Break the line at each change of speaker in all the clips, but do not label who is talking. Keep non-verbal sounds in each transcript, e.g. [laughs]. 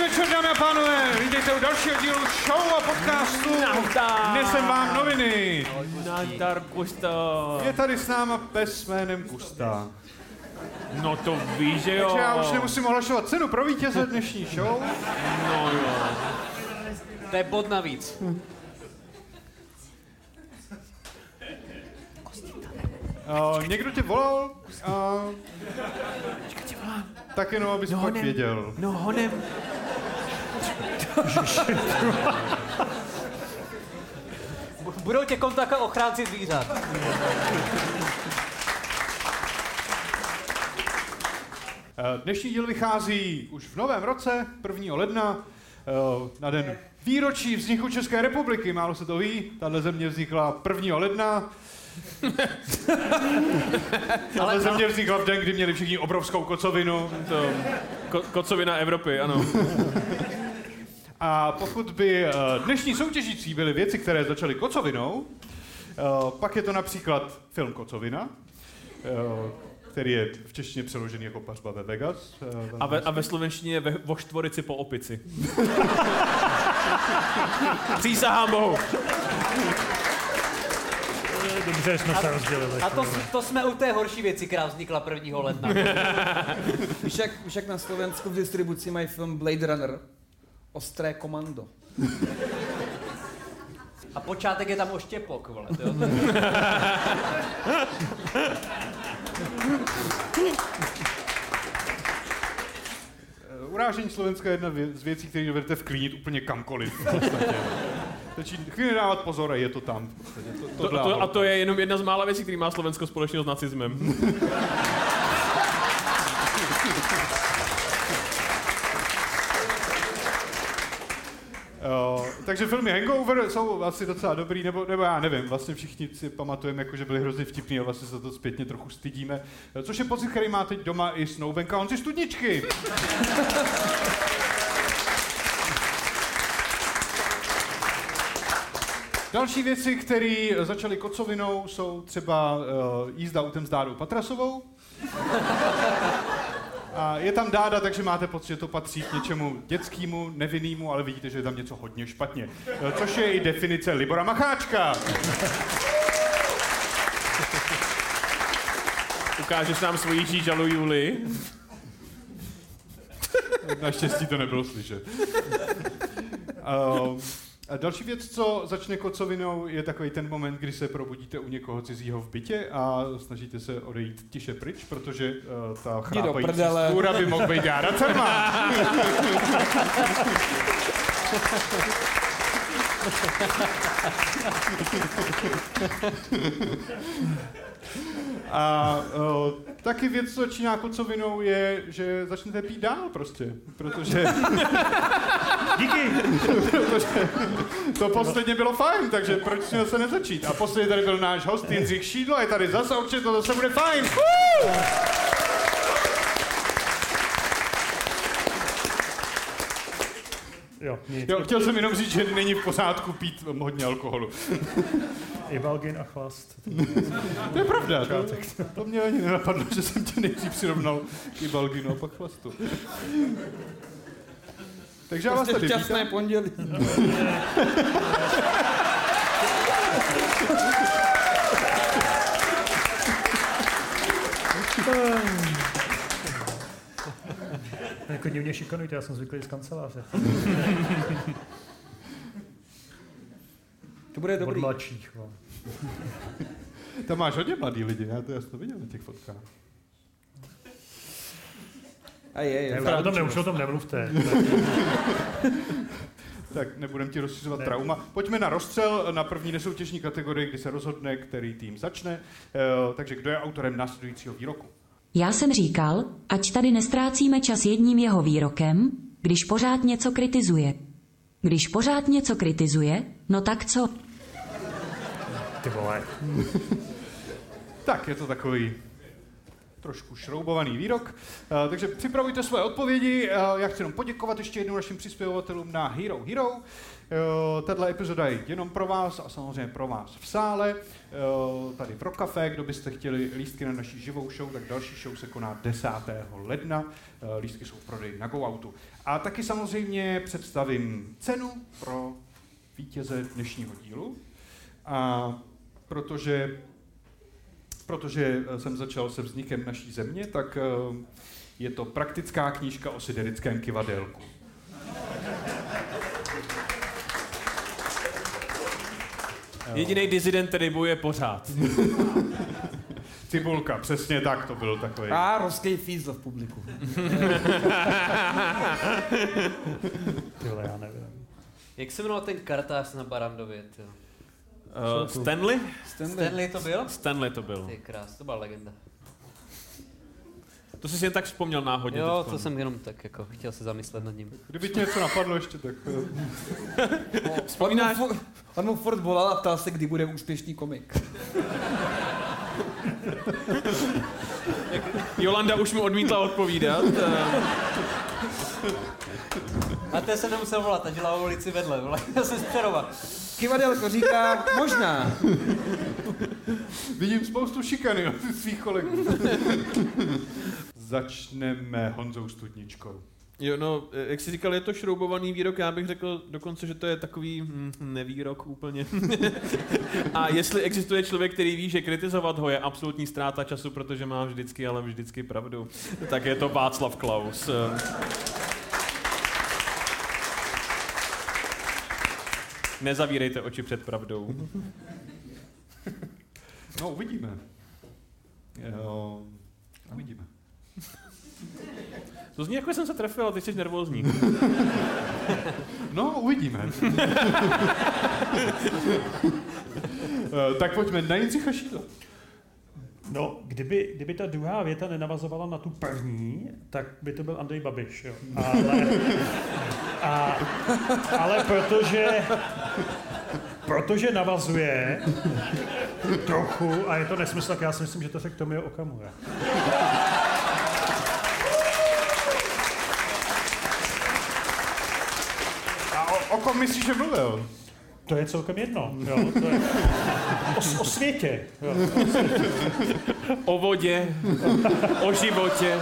večer, dámy a pánové. Vítejte u dalšího dílu show a podcastu.
Nazdar.
Nesem vám noviny.
Nazdar, Kusto.
Je tady s náma pes jménem Kusta.
No to víš, že jo.
Takže já už nemusím ohlašovat cenu pro vítěze dnešní show.
No jo.
To je bod navíc.
Uh, někdo tě volal? Uh, tak jenom, abys
No,
pak
ne.
věděl.
No honem.
Budou tě kontakovat ochránci zvířat.
Eh, Dnešní díl vychází už v novém roce, 1. ledna, eh, na den výročí vzniku České republiky. Málo se to ví, tahle země vznikla 1. ledna. tahle země vznikla v den, kdy měli všichni obrovskou kocovinu.
To, ko, kocovina Evropy, ano.
A pokud by eh, dnešní soutěžící byly věci, které začaly kocovinou, eh, pak je to například film Kocovina, eh, který je v češtině přeložený jako Pařba ve Vegas. eh, velmi
A ve, a ve slovenštině je ve, vo štvorici po opici. Přísahám bohu.
Dobře, jsme se rozdělili.
A to, s- to jsme u té horší věci, která vznikla 1. ledna.
Víš jak, víš jak na Slovensku v distribuci mají film Blade Runner? Ostré komando.
A počátek je tam oštěpok, vole. To jo.
Urážení Slovenska je jedna vě- z věcí, které dovedete vklínit úplně kamkoliv. V podstatě. Stačí chvíli dávat pozor a je to tam. v podstatě. To, to,
To,
dá
to, a
holku.
to je jenom jedna z mála věcí, který má Slovensko společného s nacismem.
Jo, Eh, takže filmy Hangover jsou asi docela dobrý, nebo, nebo já nevím, vlastně všichni si pamatujeme, jako že byli hrozně vtipní a vlastně se to zpětně trochu stydíme. Eh, Což je pocit, který má teď doma i Snowbank a on si studničky. Další věci, které začaly kocovinou, jsou třeba uh, jízda autem s Dádou Patrasovou. A je tam dáda, takže máte pocit, že to patří k něčemu dětskému, nevinnému, ale vidíte, že je tam něco hodně špatně. Eh, Což je i definice Libora Macháčka.
Ukážeš nám svoji žížalu Juli.
Naštěstí to nebylo slyšet. Ehm, A další věc, co začne kocovinou, je takový ten moment, kdy se probudíte u někoho cizího v bytě a snažíte se odejít tiše pryč, protože uh, ta
do
chrápající
prdele.
stůra by mohl být Jára Cerma. A o, taky věc, co začíná kocovinou, je, že začnete pít dál prostě, protože...
[laughs] Díky.
Protože to posledně bylo fajn, takže proč jsme se nezačít? A posledně tady byl náš host Jindřich Šídlo, je tady zase, určitě to zase bude fajn. Woo!
Jo, nic.
Jo, chtěl jsem jenom říct, že není v pořádku pít hodně alkoholu.
Ibalgin a chlast.
To je pravda, to, to mě ani nenapadlo, že jsem tě nejdřív přirovnal k Ibalginu a pak chlastu. Takže já vás
Prostě
tady
šťastné
vítám.
pondělí.
Jako divně šikanujte, já jsem zvyklý z kanceláře.
To bude
Od
dobrý.
mladších. No.
Tam máš hodně mladý lidi, já to já jsem to viděl na těch fotkách.
A je,
Ne,
je.
už o tom, ne, už o tom nemluvte.
Tak nebudem ti rozšiřovat trauma. Pojďme na rozstřel na první nesoutěžní kategorii, kdy se rozhodne, který tým začne. Eh, takže kdo je autorem následujícího výroku?
Já jsem říkal, ať tady nestrácíme čas jedním jeho výrokem, když pořád něco kritizuje. Když pořád něco kritizuje, no tak co?
Ty vole.
Tak, je to takový trošku šroubovaný výrok. Eh, Takže připravujte své odpovědi. Eh, Já chci jenom poděkovat ještě jednou našim přispěvatelům na Hero Hero. Eh, Tato epizoda je jenom pro vás a samozřejmě pro vás v sále. Eh, Tady pro kafe, kdo byste chtěli lístky na naší živou show, tak další show se koná 10. ledna. Eh, Lístky jsou v prodeji na GoAutu. A taky samozřejmě představím cenu pro vítěze dnešního dílu. A protože protože eh, jsem začal se vznikem naší země, tak eh, je to praktická knížka o siderickém kivadelku.
Jediný dizident, který bojuje [laughs] pořád.
Cibulka, přesně tak, to byl takový.
A roskej fízl v publiku.
Eh,
Ty vole, já nevím.
Jak se jmenoval ten kartář na Barandově, ty? jo?
Uh, Stanley?
Stanley to byl?
Stanley to byl.
Ty krás, to byla legenda.
To jsi si jen tak vzpomněl náhodně.
Jo,
teďkon.
to jsem jenom tak jako chtěl se zamyslet nad ním.
Kdyby tě něco napadlo ještě, tak... eh,
No.
Vzpomínáš?
On mu, fu- on mu furt volal a ptal se, kdy bude úspěšný komik.
Jolanda už mu odmítla odpovídat. eh,
A té se nemusel volat, ta žila v ulici vedle, vole, [laughs] já jsem z Přerova.
Kivadelko říká, možná.
Vidím spoustu šikany od svých kolegů. [laughs] Začneme Honzou Studničkou.
Jo, no, eh, jak jsi říkal, je to šroubovaný výrok, já bych řekl dokonce, že to je takový hm, nevýrok úplně. [laughs] A jestli existuje člověk, který ví, že kritizovat ho je absolutní ztráta času, protože má vždycky, ale vždycky pravdu, tak je to Václav Klaus. Eh, Nezavírejte oči před pravdou.
No, uvidíme. Jo, uvidíme.
To zní jako že jsem se trefil, a teď jsi nervózní.
No, uvidíme. [laughs] Eh, tak pojďme na Jindřicha Šídla.
No, kdyby, kdyby ta druhá věta nenavazovala na tu první, tak by to byl Andrej Babiš, jo. Ale, a, ale protože, protože navazuje trochu, a je to nesmysl, tak já si myslím, že to řekl Tomio Okamura.
A o, o kom myslíš, že mluvil?
To je celkem jedno, jo. To je, o, o světě, jo.
O vodě, o životě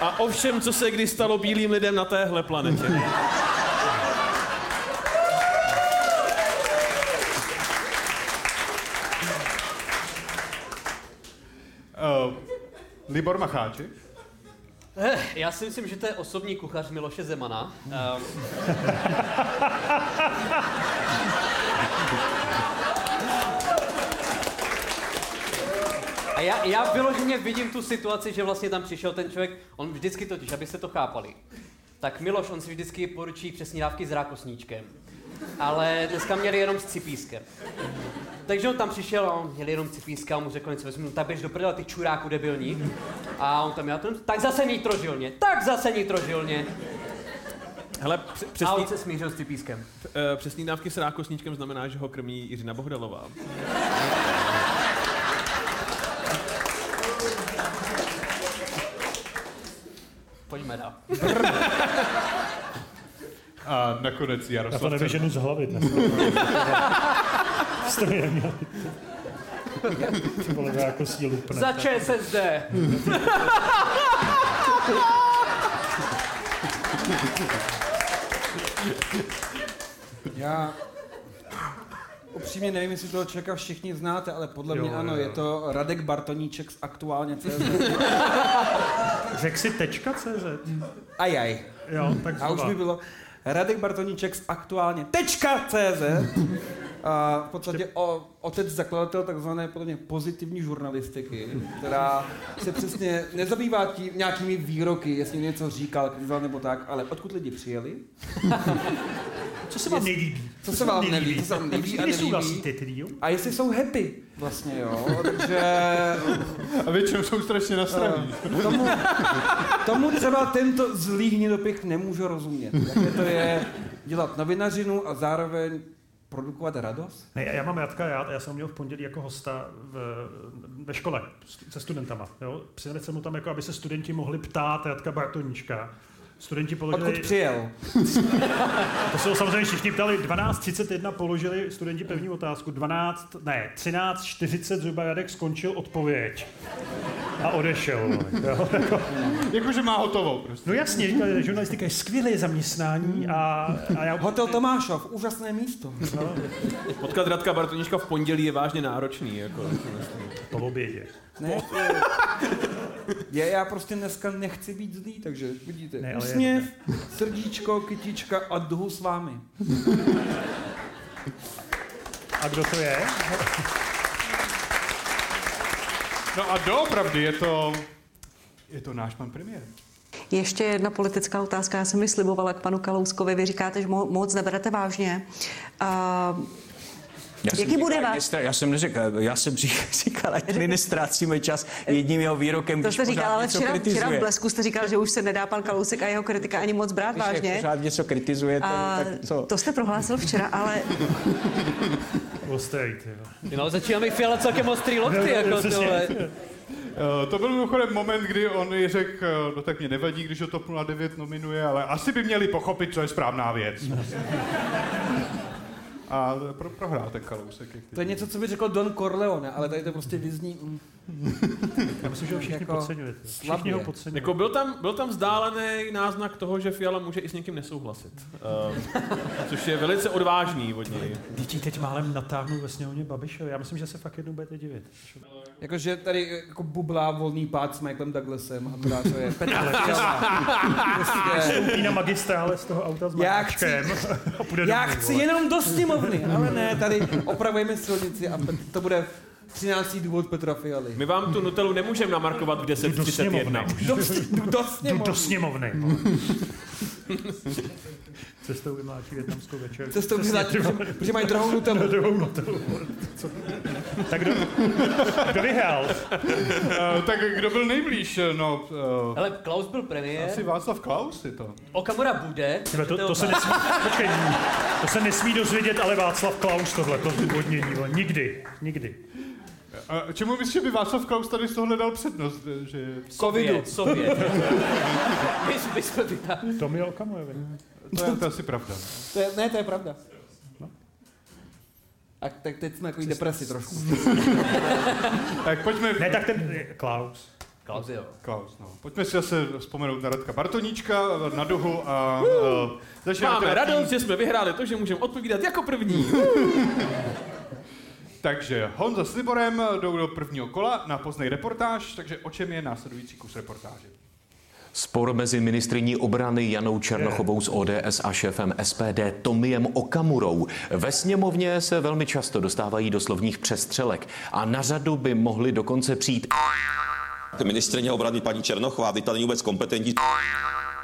a o všem, co se kdy stalo bílým lidem na téhle planetě.
Uh, Libor Macháček.
Eh, Já si myslím, že to je osobní kuchař Miloše Zemana. Ehm, A já, já vyloženě vidím tu situaci, že vlastně tam přišel ten člověk, on vždycky totiž, abyste to chápali, tak Miloš, on si vždycky poručí přesní dávky s rákosníčkem, ale dneska měli jenom s cipískem. Takže on tam přišel a on měl jenom cipíska a on mu řekl něco, vezmu, tak běž do prdele, ty čuráku debilní. A on tam měl ten, tak zase nitrožilně, tak zase nitrožilně.
Hele, př-
A
přesný,
on se smířil s cipískem.
eh, přesný dávky s rákosníčkem znamená, že ho krmí Jiřina Bohdalová.
Pojďme dál.
A nakonec
Já to
Jaroslav Cerna.
nevyženu z hlavy dnes. Jste mi neměl. Ty vole, to jako si lupne.
Za ČSSD.
Já upřímně nevím, jestli toho člověka všichni znáte, ale podle
Jo,
mě ano,
jo,
je
jo.
to Radek Bartoníček z aktuálně CZ.
Řek si tečka CZ.
[laughs] Ajaj.
Jo, tak
A už
zhruba.
by bylo Radek Bartoníček z aktuálně tečka CZ. A v podstatě o, otec zakladatel takzvané podle mě pozitivní žurnalistiky, která se přesně nezabývá tím, nějakými výroky, jestli něco říkal, kritizoval nebo tak, ale odkud lidi přijeli,
Co se vám nelíbí?
co se vám nelíbí, co se vám nelíbí a
Kdy souhlasí
nelíbí.
ty, ty, jo?
A jestli jsou happy, vlastně jo, takže
A většinou jsou strašně nasraný.
eh, tomu, tomu třeba tento zlý hnidopich nemůžu rozumět. Jaké to je dělat novinařinu a zároveň produkovat radost?
Ne, já já mám Radka, já, já jsem ho měl v pondělí jako hosta v, ve škole s- se studentama. Jo? Přijeli jsem mu tam, jako aby se studenti mohli ptát Radka Bartoníčka. Studenti
Odkud
položili,
přijel?
to jsou samozřejmě všichni ptali, 12.31 položili studenti první otázku, 12, ne, 13.40 zhruba Radek skončil odpověď a odešel. Jo?
Jakože má hotovou prostě.
No jasně, říkali, že žurnalistika je skvělé zaměstnání a, a já...
Hotel Tomášov, úžasné místo.
No,
Potkat Radka Bartoníčka v pondělí je vážně náročný. Jako.
po obědě.
Ne, já, já prostě dneska nechci být zlý, takže vidíte.
Ne,
Ne,
ale je-
Úsměv, srdíčko, kytička a duhu s vámi.
A kdo to je?
No a doopravdy je to... Je to náš pan premiér.
Ještě jedna politická otázka. Já jsem mi slibovala k panu Kalouskovi. Vy říkáte, že mo- moc neberete vážně. Uh,
Já jsem
Jaký bude
říkal,
váš-
ministra- Já jsem neřekl, já jsem řík- [laughs] říkal, ať tady nestrácíme čas jedním jeho výrokem,
to
když
jste
pořád
říkal, ale
něco
včera,
kritizuje.
včera v Blesku jste říkal, že už se nedá pan Kalousek a jeho kritika ani moc brát
Když jak
vážně.
pořád něco kritizuje,
A
tak, tak co?
to jste prohlásil včera, ale
Ostrý, ty jo.
No, začíná mi fialat celkem ostrý
No,
lokty, jako
Přesně.
tohle.
Eh, To byl mimochodem moment, kdy on i řekl, eh, no tak mě nevadí, když ho TOP 09 nominuje, ale asi by měli pochopit, co je správná věc. A pro, prohrál ten kalousek. jak ty.
To je něco, co by řekl Don Corleone, ale tady to prostě vyzní... mm,
Já myslím, že ho všichni
Jako
podceňujete. Všichni
slabě.
ho podceňují.
Jako byl, tam, byl tam vzdálený náznak toho, že Fiala může i s někým nesouhlasit. Ehm, což je velice odvážný od něj.
Děti teď málem natáhnou ve sněhovně Babiše. Já myslím, že se fakt jednou budete divit.
Jakože tady jako bublá volný pád s Michaelem Douglasem a pořád to [laughs] je Petr Fiala. prostě,
Stoupí na magistrále z toho auta s
Já chci-
Maráčkem [laughs] a půjde
já
domů,
chci
vole.
jenom do sněmovny, ale ne, tady opravujeme silnici a Pet- to bude 13. důvod Petra Fialy.
My vám tu Nutelu nemůžeme namarkovat v
Jdu do sněmovny.
10.31.
Do, do, do
Jdu do
sněmovny.
sněmovny.
[laughs]
vole. Cestou vymláčí větnamskou večer.
Cestou vyznáčí, protože mají
[laughs]
drahou nutelu.
Tak kdo, kdo vyhrál?
Eh, tak kdo byl nejblíž? No, eh,
Ale Klaus byl
asi
premiér,
Václav Klaus je to.
Okamura bude.
Tyhle, To, to, se
otázka.
nesmí, počkej, to se nesmí dozvědět, ale Václav Klaus tohle to zdůvodnění. vole. Nikdy, nikdy.
A Eh, čemu myslíš, že by Václav Klaus tady z tohle dal přednost? eh, Že...
Sovět, Sovět.
[laughs]
My jsme- My jsme vytáhli.
Tomio Okamurovi.
To je to je asi pravda.
To je, ne, to je pravda. A tak teď jsme jako depresi trošku.
Tak pojďme...
Ne, tak ten Klaus.
Klaus, jo.
Klaus, no. Pojďme si zase vzpomenout na Radka Bartoníčka, na duhu a uh, začínáme
Máme
teda tím-
radost, že jsme vyhráli to, že můžeme odpovídat jako první.
Takže Honza s Liborem jdou do prvního kola na poznej reportáž, takže o čem je následující kus reportáže?
Spor mezi ministriní obrany Janou Černochovou z ODS a šéfem SPD Tomiem Okamurou. Ve sněmovně se velmi často dostávají do slovních přestřelek a na řadu by mohli dokonce přijít
Ministrině obrany paní Černochová, vy tady není vůbec kompetentní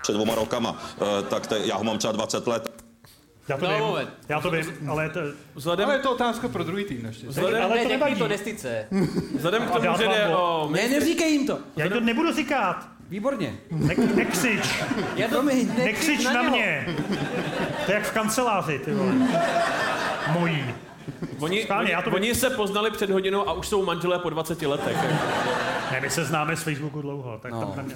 před dvoma rokama, eh, tak to, je- já ho mám třeba 20 let.
Já to
No,
vím,
moment.
já to vím, ale to,
Vzhledem,
Ale je to otázka pro druhý tým naštěstí.
vzhledem,
Ale
Ale
to
to
nevadí.
to destice.
vzhledem k
dám
tomu, že
vám
jde
bod.
o...
Ne, neříkej jim to.
já jim to nebudu říkat.
Výborně.
Ne, nekřič,
Já to
Promiň.
nekřič na,
něho.
mě. To je jak v kanceláři, ty vole. Mojí.
Oni,
Správně,
oni,
já to bych-
oni se poznali před hodinou a už jsou manželé po 20 letech. jako-
Ne, my se známe z Facebooku dlouho, tak no. tam na mě.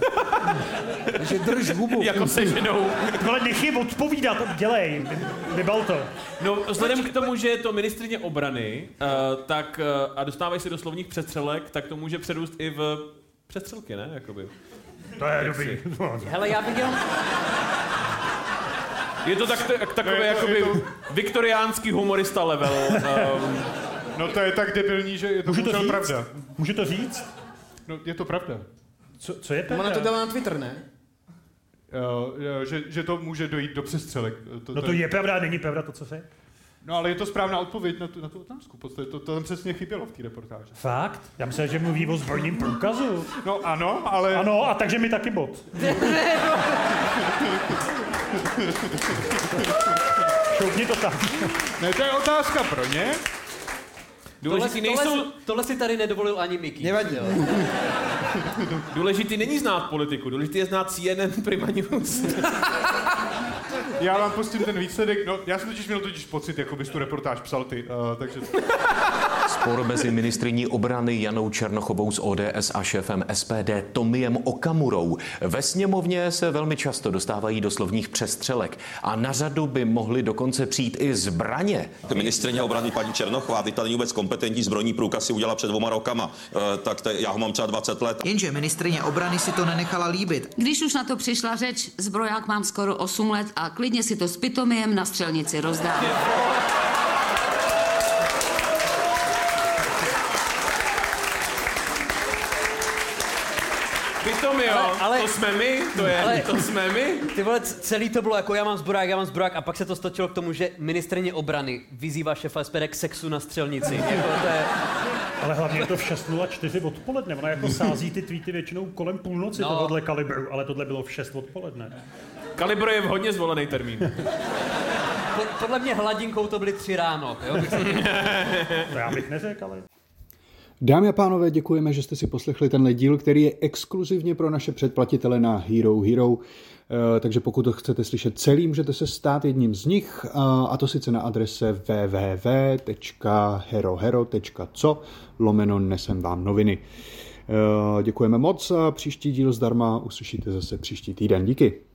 Takže drž hubu.
jako se ženou.
Ale nech je odpovídat, dělej, vybal to.
No, vzhledem k tomu, že je to ministrině obrany, uh, tak uh, a dostávají se do slovních přestřelek, tak to může přerůst i v přestřelky, ne? Jakoby.
To je dobrý. No,
Hele, já bych jenom...
Je to tak, tak, takové
No,
no,
je to-
jakoby
je to-
viktoriánský humorista level. Um,
No to je tak debilní, že je to,
[laughs] Můžu to
bohužel
říct?
pravda.
Můžu to říct?
No, je to pravda.
Co, co je
Ona
pravda?
to dala na Twitter, ne?
Uh, že, že, to může dojít do přestřelek. Eh, To,
No to je pravda, není pravda to, co se...
no ale je to správná odpověď na tu, na tu otázku. V podstatě to, to tam přesně chybělo v té reportáži.
Fakt? Já myslel, že mluví o zbrojním průkazu.
No ano, ale...
Ano, a takže mi taky bod. Šoupni to tam.
Ne, to je otázka pro ně.
Tohle,
důležitý,
tohle,
nejsou,
si- tohle si tady nedovolil ani Miky.
Nevadí.
[laughs] důležitý není znát politiku, důležitý je znát CNN Prima News.
já vám pustím ten výsledek. No, já jsem totiž měl totiž pocit, jako bys tu reportáž psal ty, uh, takže...
Spor mezi ministriní obrany Janou Černochovou z ODS a šéfem SPD Tomiem Okamurou. Ve sněmovně se velmi často dostávají do slovních přestřelek a na řadu by mohly dokonce přijít i zbraně.
Ministrině obrany paní Černochová, teď tady není vůbec kompetentní zbrojní průkaz si udělala před dvoma rokama, e, tak te, já ho mám třeba 20 let.
Jenže ministrině obrany si to nenechala líbit.
Když už na to přišla řeč, zbroják mám skoro 8 let a klidně si to s pitomiem na střelnici rozdám.
Pitomio, ale, ale, to jsme my, to je, ale,
ale-
to jsme my.
Ty vole, c- celý to bylo jako já mám zbrák, já mám zbrák a pak se to stočilo k tomu, že ministrině obrany vyzývá šefa SPD k sexu na střelnici. Jako to je...
Ale hlavně je to v 6.04 odpoledne. Ona jako sází ty tweety většinou kolem půlnoci
No.
no. tohohle kalibru, ale tohle bylo v 6 odpoledne.
Kalibro je v hodně zvolený termín.
Po- Podle mě hladinkou to byly tři ráno. Jo? bych se-
To já bych neřekl, ale...
Dámy a pánové, děkujeme, že jste si poslechli tenhle díl, který je exkluzivně pro naše předplatitele na Hero Hero. Eh, Takže pokud to chcete slyšet celý, můžete se stát jedním z nich, eh, a to sice na adrese www.herohero.co lomeno nesem vám noviny. Eh, Děkujeme moc a příští díl zdarma uslyšíte zase příští týden. Díky.